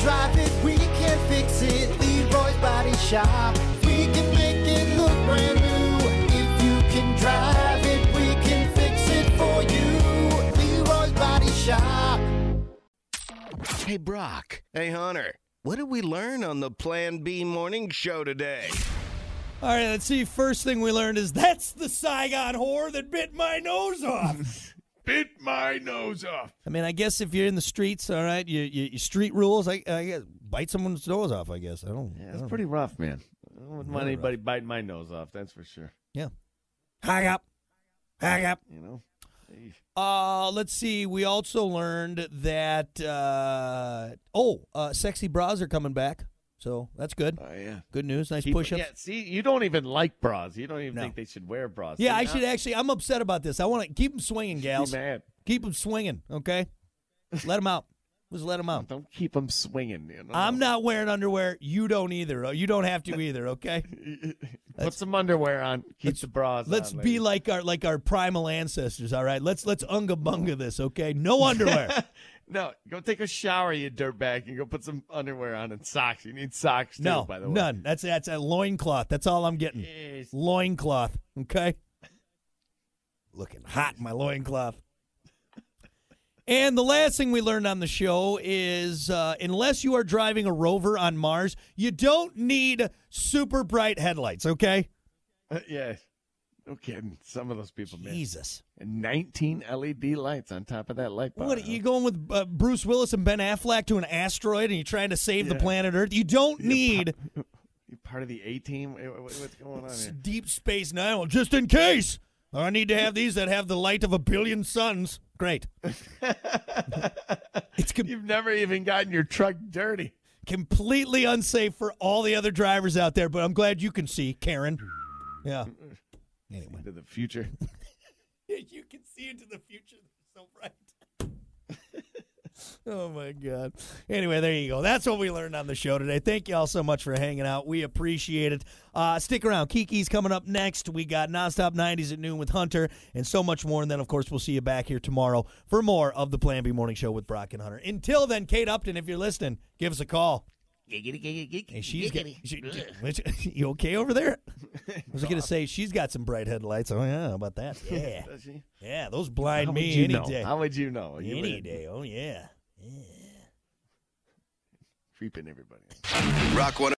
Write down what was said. drive it, we can fix it. Leroy's Body Shop. We can make it look brand new. If you can drive it, we can fix it for you. Leroy's Body Shop. Hey, Brock. Hey, Hunter. What did we learn on the Plan B morning show today? All right, let's see. First thing we learned is that's the Saigon whore that bit my nose off. Bit my nose off. I mean, I guess if you're in the streets, all right, you, you, you street rules. I, I guess, bite someone's nose off. I guess I don't. Yeah, I it's don't- pretty rough, man. I wouldn't want Really anybody biting my nose off. That's for sure. Yeah. Hang up. Hang up. You know. Hey, Uh, let's see. We also learned that uh, oh, uh, sexy bras are coming back, so that's good. Oh yeah. Good news. Nice People- push-ups. Yeah. See, you don't even like bras. You don't even No. think they should wear bras. Yeah, See, I should actually. I'm upset about this. I want to keep them swinging, Be gals. mad. Keep them swinging. Okay, let them out. Just let them out. Don't keep them swinging. You know? I'm not wearing underwear. You don't either. Oh, You don't have to either. Okay. Put some underwear on. Keep let's- the bras. Let's on, be ladies. like our like our primal ancestors. All right. Let's let's unga bunga this. Okay. No underwear. No, go take a shower, you dirtbag, and go put some underwear on and socks. You need socks too, no. by the way. None. That's that's a loincloth. That's all I'm getting. Jeez. Loincloth. Okay. Looking hot in my loincloth. And the last thing we learned on the show is uh, unless you are driving a rover on Mars, you don't need super bright headlights, okay? yeah. Uh, No kidding. Some of those people, man. Jesus. And 19 LED lights on top of that light bar. What are huh? you going with uh, Bruce Willis and Ben Affleck to an asteroid and you're trying to save the Yeah. planet Earth? You don't You're need part, you part of the A team. What's going on s- here? deep space now just in case. I need to have these that have the light of a billion suns. Great. it's com- You've never even gotten your truck dirty. completely unsafe for all the other drivers out there, but I'm glad you can see, Karen. Yeah. Anyway, Into the future. you can see into the future. So bright. oh my God. Anyway, there you go. That's what we learned on the show today. Thank you all so much for hanging out. We appreciate it. Uh, stick around. Kiki's coming up next. We got nonstop 90s at noon with Hunter and so much more. And then, of course, we'll see you back here tomorrow for more of the Plan B Morning Show with Brock and Hunter. Until then, Kate Upton, if you're listening, give us a call. And she's got, she, which- you okay over there? I was gonna say she's got some bright headlights. Oh yeah, how about that? Yeah, Does she? yeah, those blind How would me you any know? day, How would you know? You any were day. Oh yeah. Creeping everybody. Rock